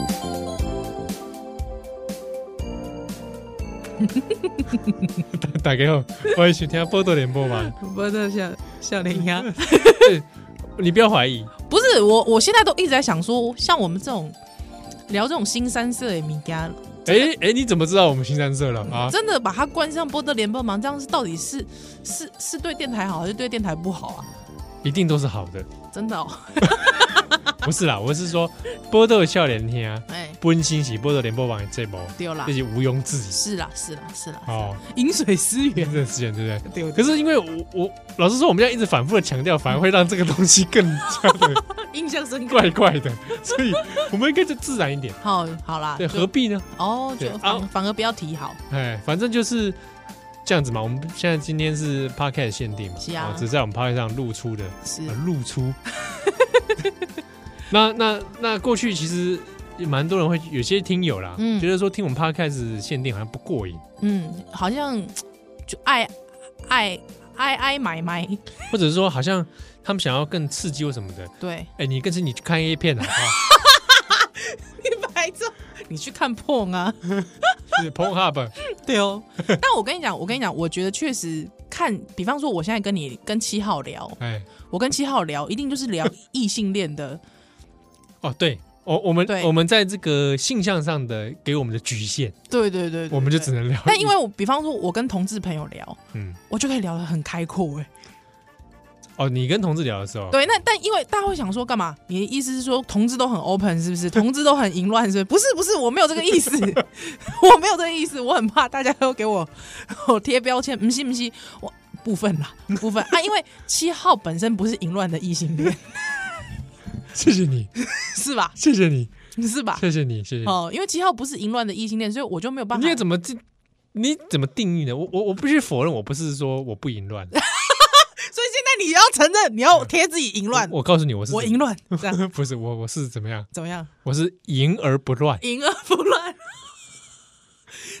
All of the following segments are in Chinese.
大家好，欢迎收听《波多联播网不是笑笑脸鸭，》。你不要怀疑， 不是我，我现在都一直在想说，像我们这种聊这种新三色的米家，哎哎、你怎么知道我们新三社了啊？真的把它关上波特联播忙，这样是到底是是是对电台好，还是对电台不好啊？一定都是好的，真的、哦，不是啦，我是说波多笑脸听啊，哎，温馨喜波多联播网的节目，丢啦这，些毋庸置疑是啦，是啦，是啦，哦，啊饮水思源，真的是这样对不对？丢可是因为我我老实说，我们要一直反复的强调，反而会让这个东西更加的 印象深刻。怪怪的，所以我们应该就自然一点。好，好啦，对，啊就何必呢？哦，对就啊反反而不要提好，哎，反正就是这样子嘛。我们现在今天是 podcast 限定嘛，是啊哦只是在我们 podcast 上露出的，是呃露出。 那那那过去其实也蛮多人会有些听友啦，嗯觉得说听我们 podcast 限定好像不过瘾，嗯，好像就爱爱爱爱买买，或者是说好像他们想要更刺激或什么的。对，哎，你更是你去看 A 片啊， 白痴，你去看碰啊。是 Pornhub 对哦，但我跟你讲，我跟你讲，我觉得确实看，比方说我现在跟你跟七号聊，哎我跟七号聊，一定就是 聊异性恋的，哦对。我我们对我们在这个性向上的给我们的局限，对对对对我们就对只能聊。但因为我比方说，我跟同志朋友聊，嗯，我就可以聊得很开阔哎、哦，你跟同志聊的时候，对，那但因为大家会想说干嘛？你的意思是说同志都很 open 是不是？同志都很淫乱是不是？不是不是，我没有这个意思，我没有这个意思，我很怕大家都给我我贴标签，不是不是，我部分啦部分啊，因为七号本身不是淫乱的异性恋， 谢谢你，是吧？谢谢你， 是吧？谢谢你，谢谢你。哦，因为七号不是淫乱的异性恋，所以我就没有办法。你也怎么这？你怎么定义呢？我我我必须否认，我不是说我不淫乱，所以现在你要承认，你要贴自己淫乱，我我告诉你，我是我淫乱，这样 不是我我是怎么样？怎么样？我是淫而不乱，淫而不乱。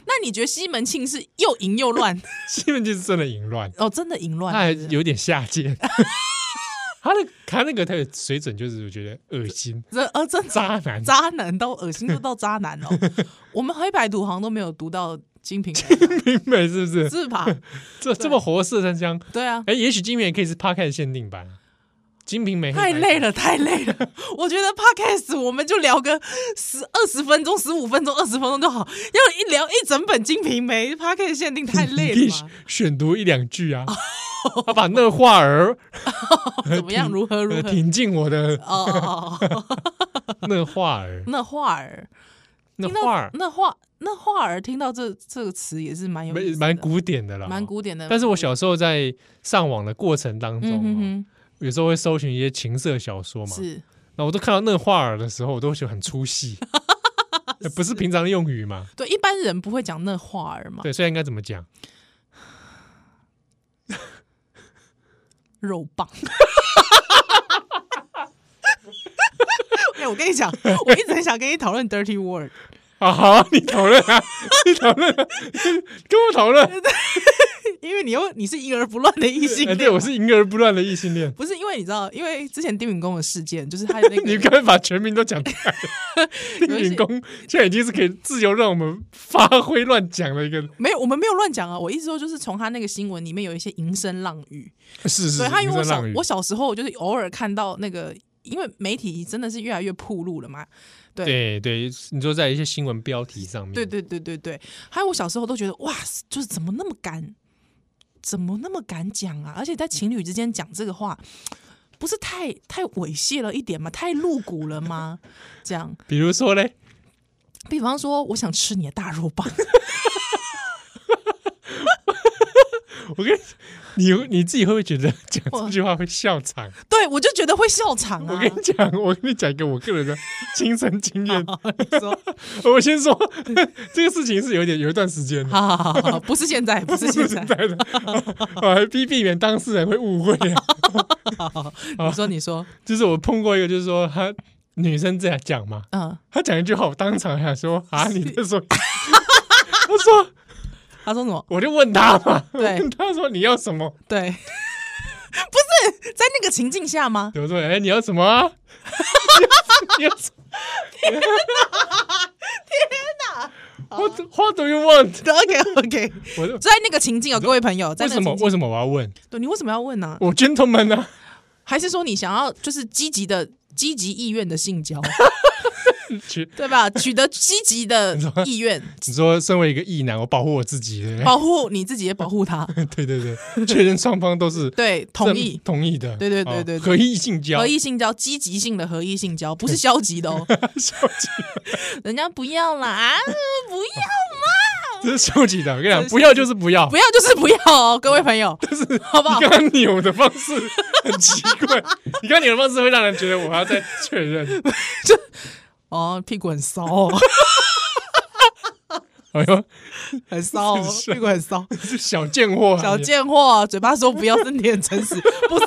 那你觉得西门庆是又淫又乱？西门庆是真的淫乱，哦，真的淫 乱他还是不是有点下贱。 他的他那个他的水准就是我觉得恶心、这呃，真的渣男，渣男到恶心，都到渣男了。 我们黑白读好像都没有读到《金瓶梅》 明白是不是？是吧？这这么活色生香，对啊，哎，也许金瓶也可以是 p a r k 限定版，《金瓶梅》太累，了，太累了。我觉得 podcast 我们就聊个十二十分钟、十五分钟、二十分钟就好，要一聊一整本《金瓶梅》podcast 限定太你累了哦可以 嘛？选读一两句啊，他把那话儿哦怎么样？如何如呃何？挺进我 的哦哦哦哦，那话儿，那画儿，那听到话儿那画那画儿，听到这这个词也是蛮有意蛮思的蛮古典的啦，哦蛮。古典的。但是我小时候在上网的过程当中嗯啊、哼哼，有时候会搜寻一些情色小说嘛，是那我都看到那话儿的时候，我都觉得很出 戏，呃不是平常用语嘛？对一般人不会讲那画儿嘛，对，所以应该怎么讲？肉棒。 哎、我跟你讲，我一直很想跟你讨论 dirty word。啊，好啊，你讨论 啊，你讨论、啊，跟我讨论。因为你又你是淫而不乱的异 性哎，恋、对，我是淫而不乱的异性恋。不是因为你知道，因为之前丁允恭的事件，就是他的那你 个刚才把全名都讲出来了， 丁 允恭现在已经是可以自由让我们发挥乱讲的一个，没有，我们没有乱讲啊。我意思说，就是从他那个新闻里面有一些淫声浪语，是是是所以他因为我淫声小浪语我小时候就是偶尔看到那个，因为媒体真的是越来越铺路了嘛。对对，你说在一些新闻标题上面，对对对对对，还有我小时候都觉得哇，就是怎么那么敢，怎么那么敢讲啊？而且在情侣之间讲这个话，不是太太猥亵了一点吗？太露骨了吗？这样，比如说嘞，比方说，我想吃你的大肉棒。我跟 你你你自己会不会觉得讲这句话会笑场？对，我就觉得会笑场啊！我跟你讲， 我跟你讲一个我个 人的亲身经验。哦说，我先说， 这个事情是有点有一段时间的，好好好好，不是现在，不是 现在，在的，我还避避免当事人会误会 啊。你说你说，就是我碰过一个，就是说他女生这样讲嘛，嗯，他讲一句话，我当场想 说啊，你在 说，我说他说什么？我就问他嘛，我 对问他说你要什么？对，不是在那个情境下吗？我说哎、你要什么、 啊？ 你要什么？天哪！天哪！ What What do you want？ OK OK，我就在那个情境啊，各位朋友，在为那什个么情境为什么我要问？对你为什么要问呢、我 gentleman 啊，还是说你想要就是积极的、积极意愿的性 交，去对吧？取得积极的你说意愿，你说身为一个异男，我保护我自己，对不对保护你自己，也保护他。对对对，确认双方都是 对，同意正同意的，对对对哦对对合意性交，合意性交，积极性的合意性交，不是消极的哦。 消极，人家不要啦，啊不要，这是消极的。我跟你这讲，是不要就是不要，不要就是不要哦，各位朋友，好不好你？刚刚扭的方式很奇 怪，你刚刚扭的方式会让人觉得我还要再确认。哦，屁股很骚哦， 哎呦，很骚哦，是屁股很骚。这是小贱货啊，小你贱货，嘴巴说不要，身体很诚 实，不是各位，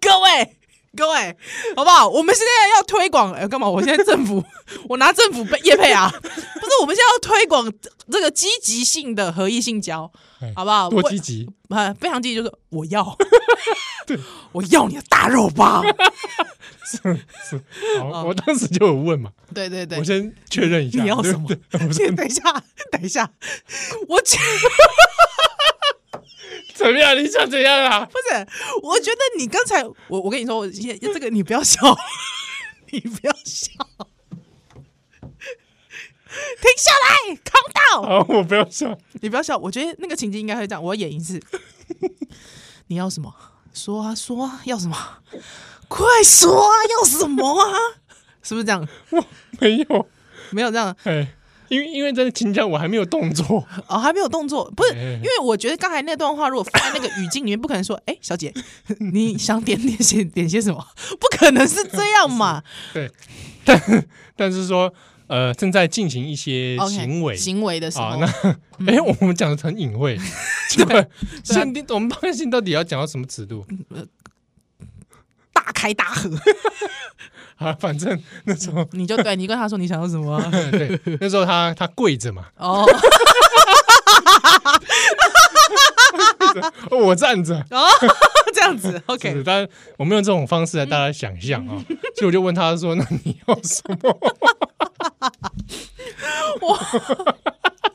各位，各位，好不好？我们现在要推广，哎、干嘛？我现在政府， 我拿政府被叶 配啊，不是，我们现在要推广这个积极性的合意性交，哎好不好？多我积极，呃，非常积极，就是 我要，我要你的大肉包，是好，我当时就有问嘛，对哦对对我，先确认一下，你要什么对不对我说先等一下，等一下，我觉怎么样？你想怎样啊？ 不是，我觉得你刚才，我我跟你说，我现这个你不要笑， 你不要笑，停下来，calm down，好，我不要笑，你不要笑。我觉得那个情境应该会这样，我要演一次。 你要什么？说啊说啊，要什么？ 快说啊，要什么啊？ 是不是这样？我没有， 没有这样哎，因为因为在情讲我还没有动作， 哦，还没有动作，不是，哎哎哎因为我觉得刚才那段话如果放在那个语境里面，不可能说，哎、小姐，你想点点些点些什么？不可能是这 样嘛？对，但但是说呃正在进行一些 OK，行为行嗯为的时啊候，，那哎，我们讲的很隐 晦， 对吧，啊限定我们判定到底要讲到什么尺度大开大合，啊？反正那时候你就对你跟他说你想要什么 啊、对，那时候他他跪着嘛，哦我站着，哦，这样子是不，OK，是，但我没有这种方式来大家想象啊、所以我就问他说：“那你要什 么？”哇，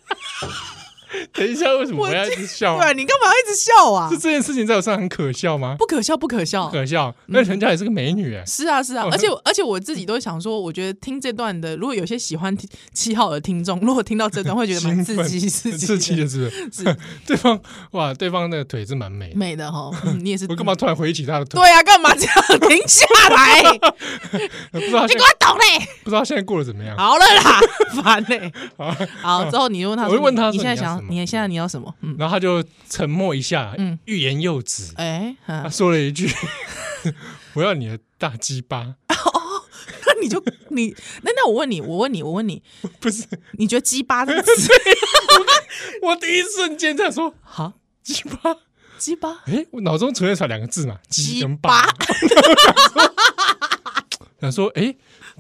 等一下，为什么我我要一直笑对啊，啊？你干嘛一直笑啊就？这件事情在我身上很可笑吗？不可笑，不可笑不。嗯可笑，那人家也是个美女哎、是啊，是啊，哦而且而且我自己都想说，我觉得听这段的，如果有些喜欢听七号的听众，如果听到这段，会觉得蛮兴刺奋激，刺激，刺激的 是不是？ 对方哇，对方那个腿是蛮美的，美的哈。嗯你也是，我干嘛突然回起 他的腿？对啊，干嘛这样？停下 来，你不知道他给现在我懂嘞！不知道他现在过得怎么样？好了啦， 烦嘞。好，之后你就问他，我就问他说你现在你要想什，么你现在你要什么？嗯，然后他就沉默一下，嗯欲言又止，哎，啊他说了一句：“ 我要你的大鸡巴。那 你就你那那我问你，我问你，我问你，”不是，你觉得“鸡巴”这个词我第一瞬间在说好？鸡巴。 鸡巴哎、我脑中出现出来两个字嘛，鸡跟巴。想说，哎、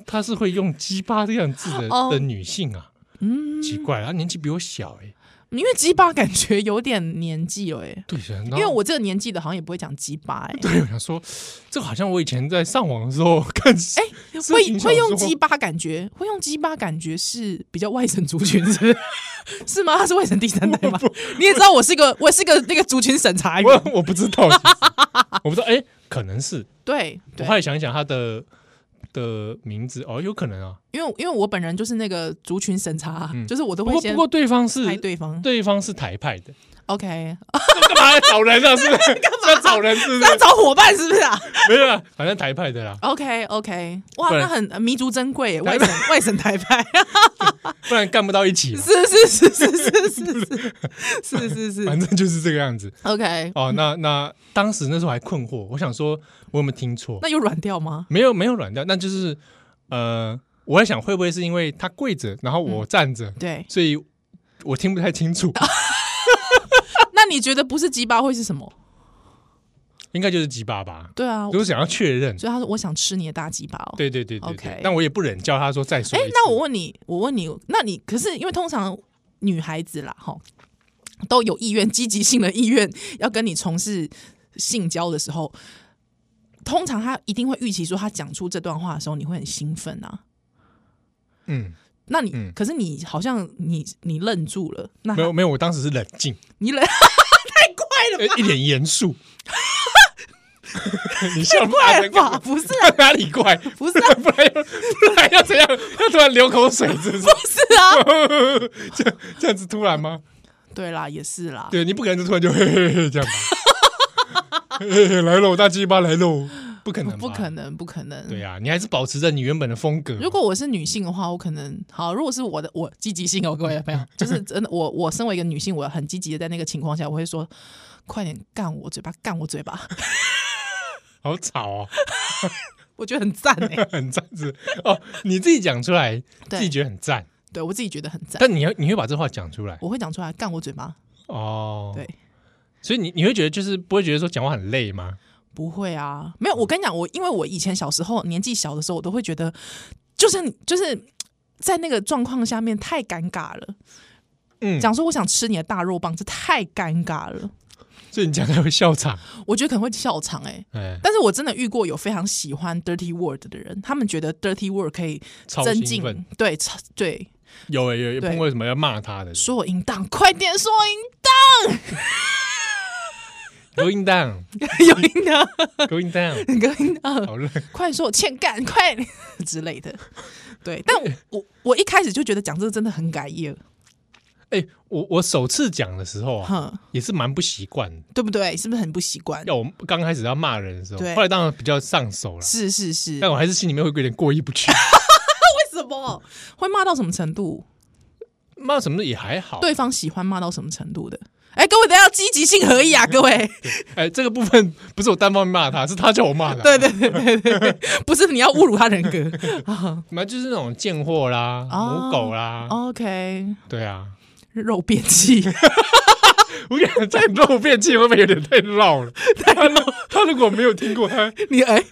她是会用鸡巴这样字的、哦的女性啊，嗯，奇怪，她年纪比我小哎、因为“鸡巴”感觉有点年纪了哎，对，然因后为我这个年纪的，好像也不会讲“鸡巴”哎，对我想说，这个好像我以前在上网的时候看，哎、会会用“鸡巴”感觉，会用“鸡巴”感觉是比较外省族群是不 是是吗？他是外省第三代吗？你也知道我是个我是个那个族群审查员，哎我我不知道，其 实我不知道，哎、可能是，对我对后，来想一想她的的名字，哦，有可能啊，因为因为我本人就是那个族群审查，嗯就是我都不会过先不过对方是拍对方。对方是台派的， OK，干嘛要找人啊？是不 是？干嘛要找人？是不那要是？找伙伴是不是啊？没有啦，反正台派的啦， OK OK，哇，不然那很呃弥足珍 贵耶，外台省外省台派， 不然干不到一起嘛。是是是是是是是是是反是正就是这个样子，OK，哦。那那当时那时候还困惑，我想说我有没有听错？那有软调吗？没有没有软掉，那就是呃，我在想会不会是因为他跪着，然后嗯我站着，对，所以我听不太清楚，啊那你觉得不是鸡巴会是什么？应该就是鸡巴吧。对啊，就是想要确认，所以他说我想吃你的大鸡巴哦。对对对对 OK 对。但我也不忍叫他说再说哎一次。，那我问你，我问你，那你可是因为通常女孩子啦，哈，都有意愿、积极性的意愿要跟你从事性交的时候，通常她一定会预期说，她讲出这段话的时候，你会很兴奋啊。嗯，那你、嗯可是你好像你你愣住了，那没有没有，我当时是冷 静，你愣太快了吧，呃一脸严 肃。 你笑那么 大快了声干吧？嘛？不是那啊，哪里怪？不是啊，不然要不然要怎样？要突然流口水，是不是？不是啊， 这样这样子突然吗？对啦，也是啦，对你不可能就突然就嘿嘿嘿这样吧？嘿嘿嘿来喽，大鸡巴来喽！不可能吧，不可能，不可能，对呀、你还是保持着你原本的风格。如果我是女性的话，我可能好。如果是我的，我积极性哦，各位朋友，就是真的，我我身为一个女性，我很积极的在那个情况下，我会说，快点干我嘴巴，干我嘴巴， 好吵哦，我觉得很赞 哎、很赞是哦，你自己讲出来，自己对，觉得很赞，对我自己觉得很赞，但你要你会把这话讲出来我会讲出来，干我嘴巴，哦。对，所以你你会觉得就是不会觉得说讲话很累吗？不会啊，没有。我跟你讲，我因为我以前小时候年纪小的时候，我都会觉得，就是就是。在那个状况下面太尴尬了，嗯，讲说我想吃你的大肉棒，这太尴尬了。所以你讲才会笑场。我觉得可能会笑场哎、哎，但是我真的遇过有非常喜欢 dirty word 的人，他们觉得 dirty word 可以超增兴进奋，，对超对，有哎有有对碰过什么要骂他的，说我淫荡， 快点说我勾引荡，淫有淫荡，勾引荡， 有淫荡，好累，快说我欠干，快点之类的。对，但我我一开始就觉得讲这个真的很改业，哎，我我首次讲的时候啊，哼，也是蛮不习惯的。对不对？是不是很不习惯？要我刚开始要骂人的时候，对后来当然比较上手了，是是是，但为我还是心里面会有点过意不去。什么会骂到什么程度？骂什么的也还好，对方喜欢骂到什么程度的？哎，各位，等一下积极性合一啊！各位，哎，这个部分不是我单方面骂他，是他叫我骂的。啊对对对对对对， 不是你要侮辱他人格啊什么就是那种贱货啦、哦母狗啦， ？OK，对啊，肉便器， 我感觉在肉变器会不会有点太 绕了？他如他如果没有听过，他你哎、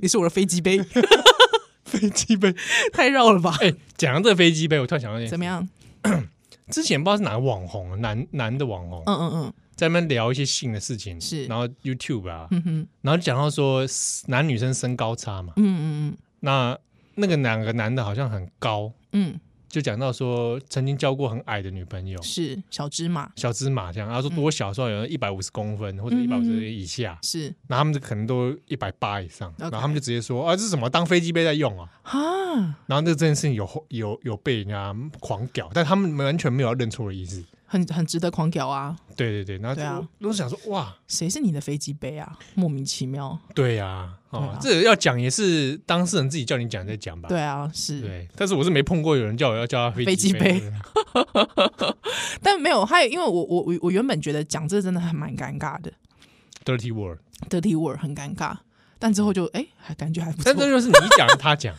你是我的飞机杯， 飞机杯，太绕了吧？哎，讲到这飞机杯，我突然想到一件事怎么？样？之前不知道是哪个网红，男男的网红，嗯嗯嗯，在那边聊一些性的事情，是然后 YouTube 啊，嗯哼，然后就讲到说男女生身高差嘛，嗯嗯那那个两个男的好像很高，嗯就讲到说曾经交过很矮的女朋友嗯，。是小芝麻，小芝麻这样，他说嗯多小的时候有人一百五十公分或者一百五十以下，是然后他们就可能都一百八以上，然 OK 后他们就直接说啊，这是什么当飞机杯在用啊？啊，然后这这件事情有后有有被人家狂屌，但他们完全没有要认错的意思。很很值得狂屌啊！对对对，然后对啊就我都想说哇，谁是你的飞机杯啊？莫名其妙，对呀、啊，哦对啊，这个要讲也是当事人自己叫你讲再讲吧。对啊，是，对，但是我是没碰过有人叫我要叫他飞机飞机但没有，还有，因为我我我我原本觉得讲这真的还蛮尴尬的 dirty word， ，dirty word 很尴尬，但之后就哎、还感觉还不错但，这就是你讲他讲，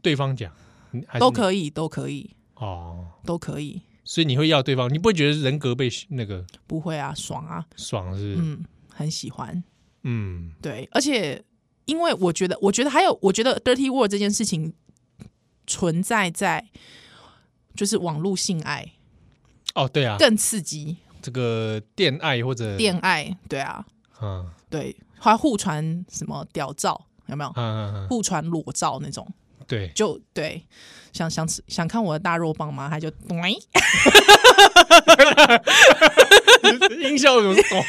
对方讲嗯还是都你可以，都可以，哦。都可以，所以你会要对方，你不会觉得人格被那个不会啊，爽啊，爽是不是？嗯，很喜欢。嗯，对，而且因为我觉得，我觉得还有，我觉得 dirty word 这件事情存在在就是网络性爱哦，对啊，更刺激，这个恋爱或者恋爱，对啊，嗯，对，还互传什么屌照，有没有嗯？嗯嗯互传裸照那种，嗯， 对，就对，想想吃想看我的大肉棒吗？他就对，音效怎么 短，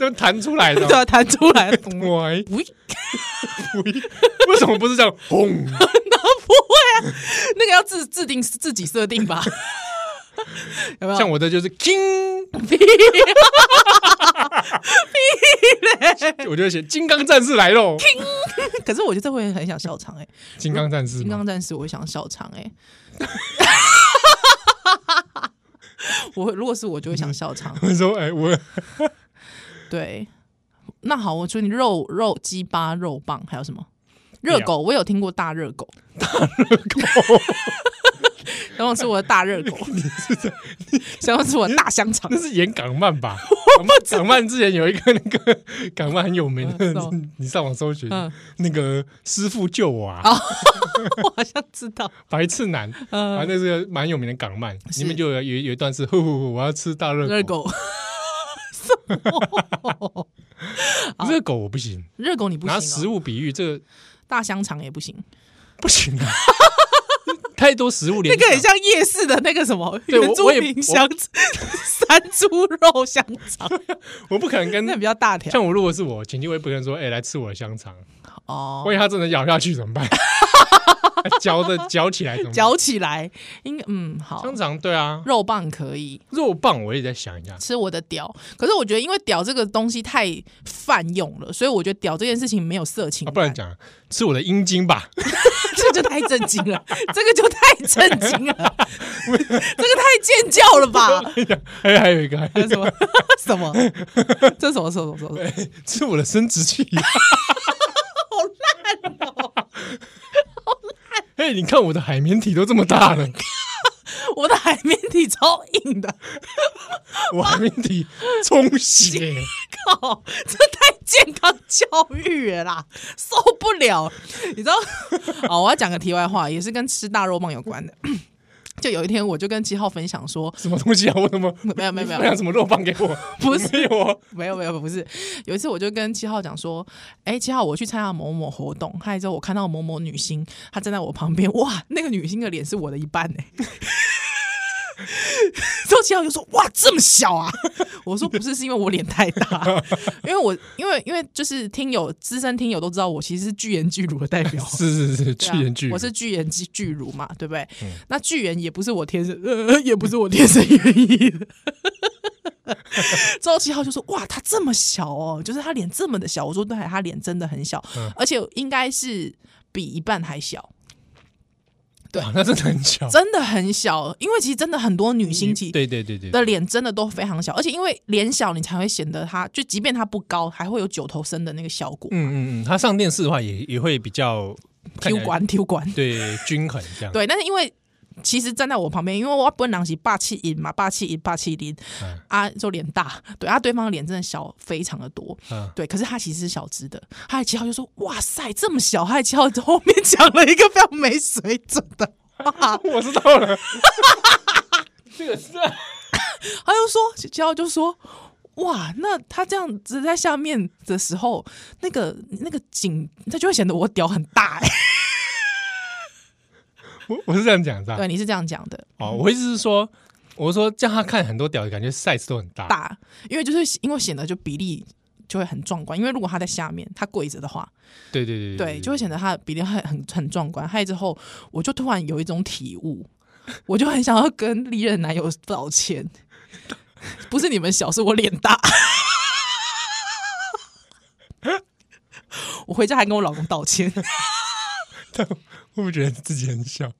就弹出来的就，要弹出来，咚 喂喂 喂为什么不是这样 轰？啊那个要自自定自己设定吧， 有没有？像我的就是 king，屁 我就会写金刚战士来喽， 可是我觉得这会很想笑场哎、金刚战士金嘛，刚战士，我会想笑场 哎、我如果是我就会想笑场，我说哎，我 对。那好，我祝你肉肉鸡巴肉棒，还有什么热狗？我有听过大热狗，想想吃我的大热 狗， 想想吃我的大香肠那，是演港漫 吧？港漫港漫之前有一个那个港漫很有名的嗯是哦，你上网搜寻嗯那个师傅救我啊，我好像知道，白痴男啊，嗯，那是个蛮有名的港漫，是里面就有有有一段是呼呼呼，我要吃大热热狗，狗，啊热狗我不行，热狗你不哦拿食 行、哦，物比喻这个 大香肠也不行，不行啊，太多食物联那个想很像夜市的那个什么对我原住我也民我香 山猪肉香肠，我不可能跟那比较大条像我如果是我前妻，我也不可能说哎、来吃我的香肠，哦。万一他真的咬下去怎 么办？嚼的嚼起来怎么办？嚼起来，应该嗯好，香肠对啊，肉棒可以肉棒我也在想一下，吃我的屌，可是我觉得因为屌这个东西太泛用了，所以我觉得屌这件事情没有色情啊、感、不然讲吃我的阴茎吧， 这就太震惊了，这个就太震惊了，这个太尖叫了吧？哎还有一个还还有一有个什么什么？这什么什么什 么什么？哎吃我的生殖器， 好烂 哦！哎、你看我的海绵体都这么大了，我的海绵体超硬的，我海绵体充 血，靠，这太健康教育了啦，受不了！你知道？哦，我要讲个题外话，也是跟吃大肉棒有关的。 就有一天，我就跟七号分享说，什么东西啊？我怎么没有没有没有分享什么肉棒给我？不是没有哦，，没有没有不是，有一次我就跟七号讲说，哎、七号我去参加某某活动，嗨之后我看到某某女星，她站在我旁边，哇，那个女星的脸是我的一半哎、 之后七号就说：“哇，这么小啊！”我说：“不是，是因为我脸太大，因为我因为因为就是听友资深听友都知道，我其实是巨言巨乳的代表是是是，对去啊言去语，我是巨人巨巨乳嘛，对不对？嗯那巨人也不是我天生， 呃，也不是我天生愿意的。周奇浩就说：“哇，他这么小哦，就是他脸这么的小。”我说：“对，他脸真的很小，嗯而且应该是比一半还小，对哇，啊那真的很巧，真的很小。因为其实真的很多女星其嗯对对对对，的脸真的都非常小，而且因为脸小，你才会显得她就即便她不高，还会有九头身的那个效果。嗯嗯嗯，他上电视的话也也会比较看起 Q 来管 Q 管，对均衡这样。对，但是因为其实站在我旁边，因为我本人是霸气音嘛，霸气音霸气音嗯啊，就脸大，对啊，对方的脸真的小非常的多，嗯对，可是他其实是小只的，他的七号就说哇塞这么小，他的七号后面讲了一个非常没水准的话，我知道 了，这个是啊他就说七号就说。哇，那他这样子在下面的时候，那个那个景，他就会显得我屌很大哎、我我是这样讲的啊。 对，你是这样讲的，哦，我意思是说，我说叫他看很多屌，感觉 size 都很大。大，因为就是因为显得就比例就会很壮观，因为如果他在下面，他跪着的话，对对对对，就会显得他的比例很很很壮观。害之后，我就突然有一种体悟， 我就很想要跟历任男友道歉， 不是你们小，是我脸大。 我回家还跟我老公道歉，会不会觉得自己很小？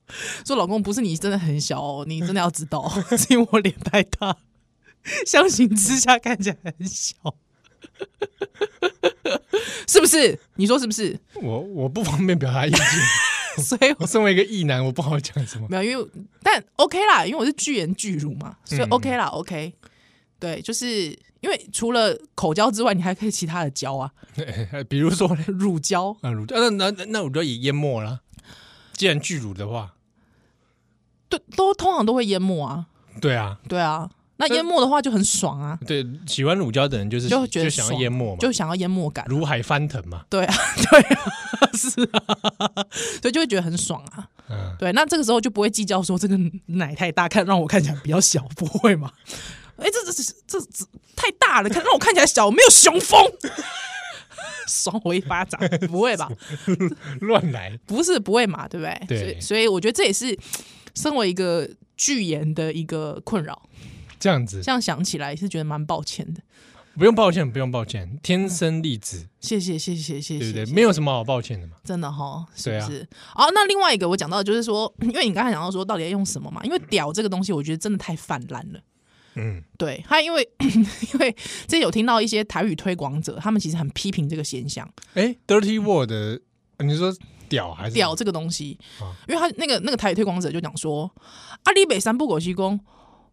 说老公不是你真的很小哦，你真的要知道，哦 是因为我脸太大，相形之下看起来很小， 是不是？你说是不是？ 我我不方便表达意见，所以我身为一个异男，我不好讲 什么。没有，因为但 OK 啦，因为我是巨人巨乳嘛，所以 OK 啦、o k 对，就是因为除了口交之外，你还可以其他的交啊，哎比如说嘞，乳交 啊，乳那那那那我就也淹没了。既然巨乳的话，对，都通常都会淹没啊，对啊，对啊，那淹没的话就很爽啊，对，喜欢乳胶的人就是就觉得想要爽淹没嘛，就想要淹没感，如海翻腾嘛。对啊，对啊，是啊，所以就会觉得很爽啊，嗯，对，那这个时候就不会计较说这个奶太大，看让我看起来比较小，不会嘛？哎、这这这这这太大了，看让我看起来小，我没有雄风， 爽我一巴掌，不会吧？乱来。不是不会嘛，对不对？对所以所以我觉得这也是身为一个巨言的一个困扰，这样子这，样想起来也是觉得蛮抱歉的。不用抱歉，不用抱歉，天生丽质，谢谢谢谢嗯谢谢，对不对？谢谢没有什么好抱歉的嘛。真的哈，是对啊不是？哦，那另外一个我讲到的就是说， 因为你刚才讲到说到底要用什么嘛，因为屌这个东西，我觉得真的太泛滥了。嗯，对，还因为 因为这有听到一些台语推广者，他们其实很批评这个现象，哎，dirty word，的你说屌还是屌？这个东西啊，因为他那个那个台语推广者就讲说，阿里北三不狗西公，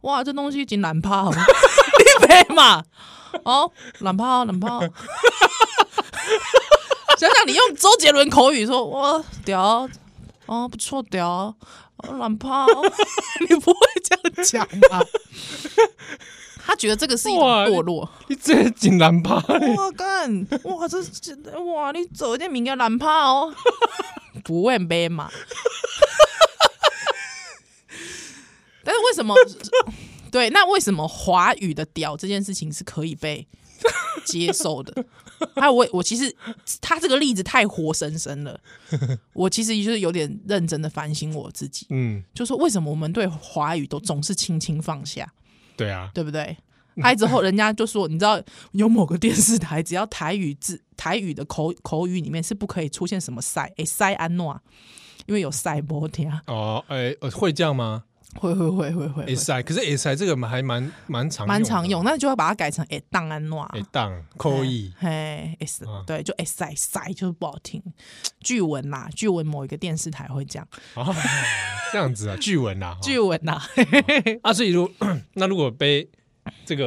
哇，这东西真难泡， 你北嘛，哦，难泡难泡。 想想你用周杰伦口语说，哇，屌，哦，不错，屌，哦，懒泡， 你不会这样讲吧？他觉得这个是一种哇堕落。 你这竟然怕？哇干！哇这这哇你 走这名叫懒怕哦，不问呗嘛。为什么？对，那为什么华语的屌这件事情是可以被接受的？还有我，我其实他这个例子太活生生了，我其实就是有点认真的反省我自己，嗯，就说为什么我们对华语都总是轻轻放下，对啊，对不对？拍之后，人家就说，你知道有某个电视台，只要台语字、台语的口口语里面是不可以出现什么塞，哎塞安诺，因为有塞波听，啊哦，哎、呃会这样吗会会会会会，会？S I，可是 S I 这个还蛮蛮常蛮的常用，，那就要把它改成哎档安诺，哎，当扣一，哎 S 嗯对，就哎塞塞就是不好听。据闻啦，据闻某一个电视台会这样，哦，这样子啊，句文啊，据闻啦，啊，所以如 那如果被这个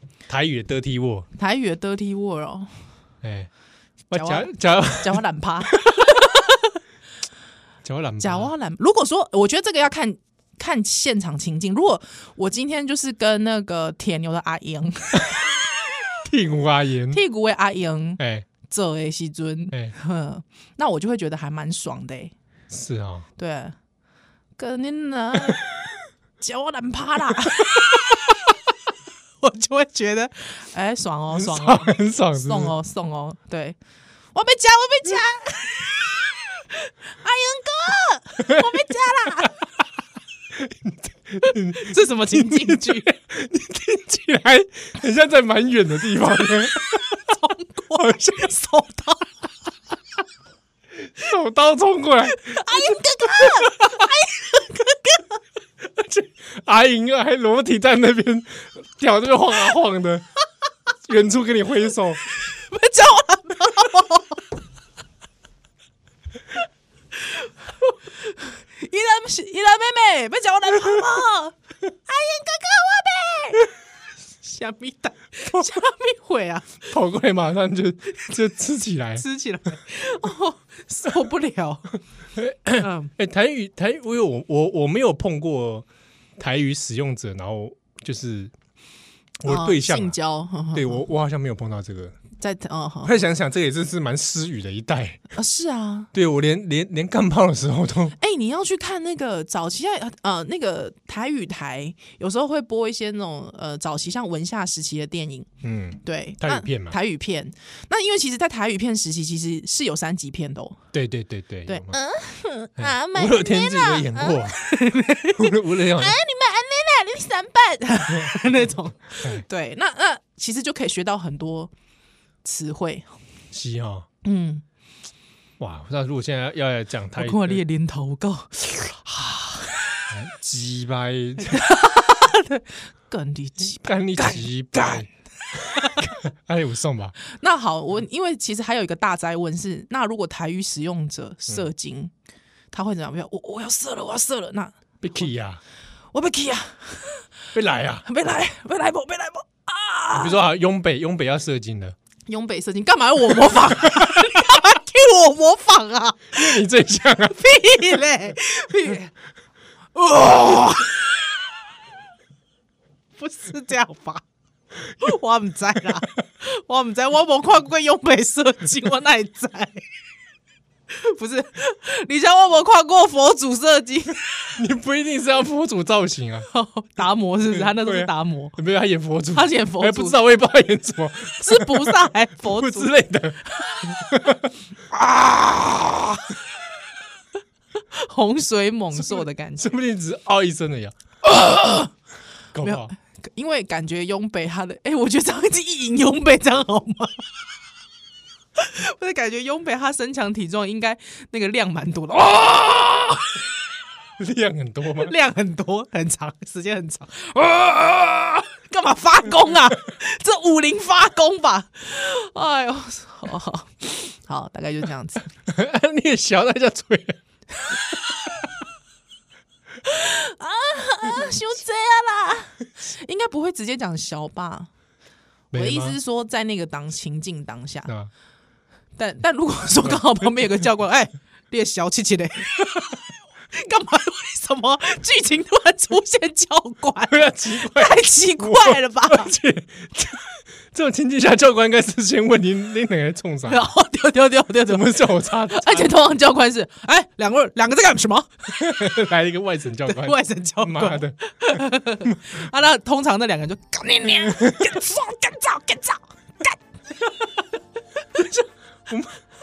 呃台语的 dirty word，台语的 dirty word 哦，哎，我假假蛙假 讲话懒趴。假我懒，假挖懒。如果说，我觉得这个要看看现场情境。如果我今天就是跟那个铁牛的阿英、 替我阿言，屁股位阿英哎这诶西尊，哎，哼，那我就会觉得还蛮爽的、欸。是啊，对，跟你 呢，假挖懒趴啦。 我就会觉得，哎、爽哦，爽哦，很爽，啊是不送是哦，送哦，对，我被夹，我 被夹，阿英哥，我被夹 啦，这什么情景 剧？起来很像在蛮远的地方， 冲过去手刀，手刀冲过来，阿英哥哥，阿莹还裸体在那边脚这边晃啊晃的，远处跟你挥 手，别叫我了。依兰依兰妹妹，别叫我男 朋友。阿英哥哥，我呗。虾米蛋， 虾米鬼啊！跑过来马上就就吃起来。吃 起来，哦，受 不了。嗯，哎、台语台语，我有我我我没有碰过台语使用者，然后就是我的对象哦啊、性交，呵呵对我我好像没有碰到这个。在哦好后来想想，这个也真是蛮失语的一代。啊是啊，对我连连连干炮的时候都哎、你要去看那个早期在呃那个台语台，有时候会播一些那种呃早期像文夏时期的电影，嗯，对，台语那片嘛台语片。那因为其实，在台语片时期，其实是有三级片的、哦，对对对对对有吗嗯 啊，吴乐天自己都演呃过，啊 吴吴乐哎天 你们安内啦，你三半 那种，对，那那其实就可以学到很多词汇，西哈。嗯，哦哇，那如果现在要来讲台我语，看你的脸头够鸡掰，更低级。干你鸡掰，哎，我送吧，那好，我因为其实还有一个大灾问是，那如果台语使用者射精，他会怎么样？我我要射了，我要射了，那被 k 呀，我被 k 啊，被来啊呀。被来，被来不，被来不。比如说啊，雍北，雍北要射精了， 永北射精干嘛要我模仿？你 干嘛替我模仿啊？你最像啊，屁嘞，屁嘞！哦，不是这样吧？我唔知啦，我唔知，我冇看过永北射精，我哪会知？不是，你像我冇看过佛祖射精，你不一定是要佛祖造型啊，达摩是不是？他那时候对是啊达摩，没有他演佛祖，他演佛哎祖不知道我也不知道他演什么是菩萨还是佛不祖之？类的，洪水猛兽的感觉。说不定只是嗷一声而已 啊，搞不好因为感觉雍北他的， 哎、我觉得这样子一赢雍北这样好吗？ 我就感觉雍北他身强体壮，应该那个量蛮多的，哦， 量很多吗？量很多，很长，时间很长。啊，干嘛发功 啊？这五菱发功吧？哎呦， 好好好，大概就这样 子。 你也小在家吹，啊，休这样啦， 应该不会直接讲小吧？我的意思是说，在那个当情境当下，啊，但但如果说刚好旁边有个教官，哎，列小气气嘞， 干嘛？为什么剧情突然出现教官？ 对啊，奇怪， 太奇怪了吧！而且这这种情境下，教官应该是先问您您哪个冲啥？然后丢丢丢丢怎丢，么叫我插？啊而且通常教官是，哎，两个人两个在干什么？来一个外省教官，外省教妈官。的，啊，那通常那两个人就干你娘， 干燥干燥干燥。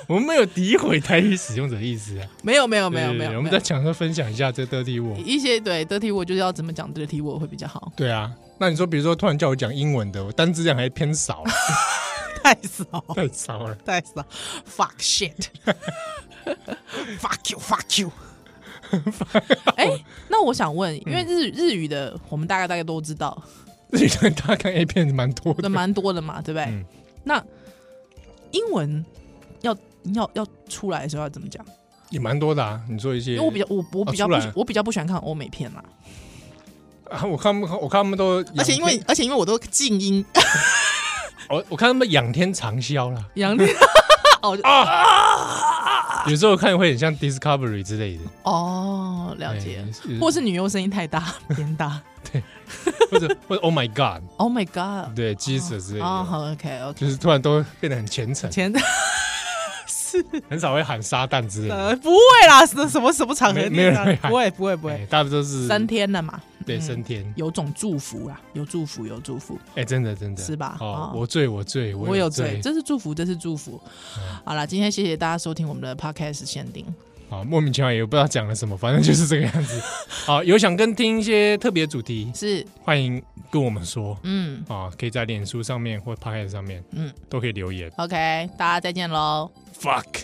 我们没有诋毁台语使用者的意思啊，没有没有没有对对没对有，我们没在有嗯抢着分享一下这 dirty word。一些对得体我就是要怎么讲得体我会比较好，对啊，那你说比如说突然叫我讲英文的，我单字量还偏少，太少 太少了。 太少，fuck shit，fuck you，fuck you。哎、那我想问，因为日日语的我们大概大概都知道，日本大家看 A 片蛮多那的，蛮多的嘛，对不对？嗯那英文要要要出来的时候要怎么讲？也蛮多的啊。你说一些，因为我比较我我比较哦不、出来我比较不喜欢看欧美片啦，啊， 我看他们我看他们都仰天，而且因为而且因为我都静音，我我看他们仰天长啸啊啦， 杨 丽哦啊有时候看会很像 Discovery 之类的，哦，了解。哎或是女优声音太大，偏大。或者或者 Oh my God， Oh my god！对 Jesus 之类哦，的，好，OK，OK。就是突然都变得很虔诚，前是很少会喊撒旦之类的，呃，不会啦，什什么什么场合没地方？没有人会喊不会，不会，不哎会。大部分都是三天嗯了嘛，对升天，有种祝福啦，有祝福，有祝福，哎，真的真的是吧哦哦，我醉我醉我有有罪，这是祝福，这是祝福。嗯好啦，今天谢谢大家收听我们的 Podcast 限定，好，哦莫名其妙也不知道讲了什么，反正就是这个样子。好，有想跟听一些特别主题，是欢迎跟我们说嗯啊，可以在脸书上面或 p o c a s t 上面嗯都可以留言。 ，OK，大家再见喽。 Fuck。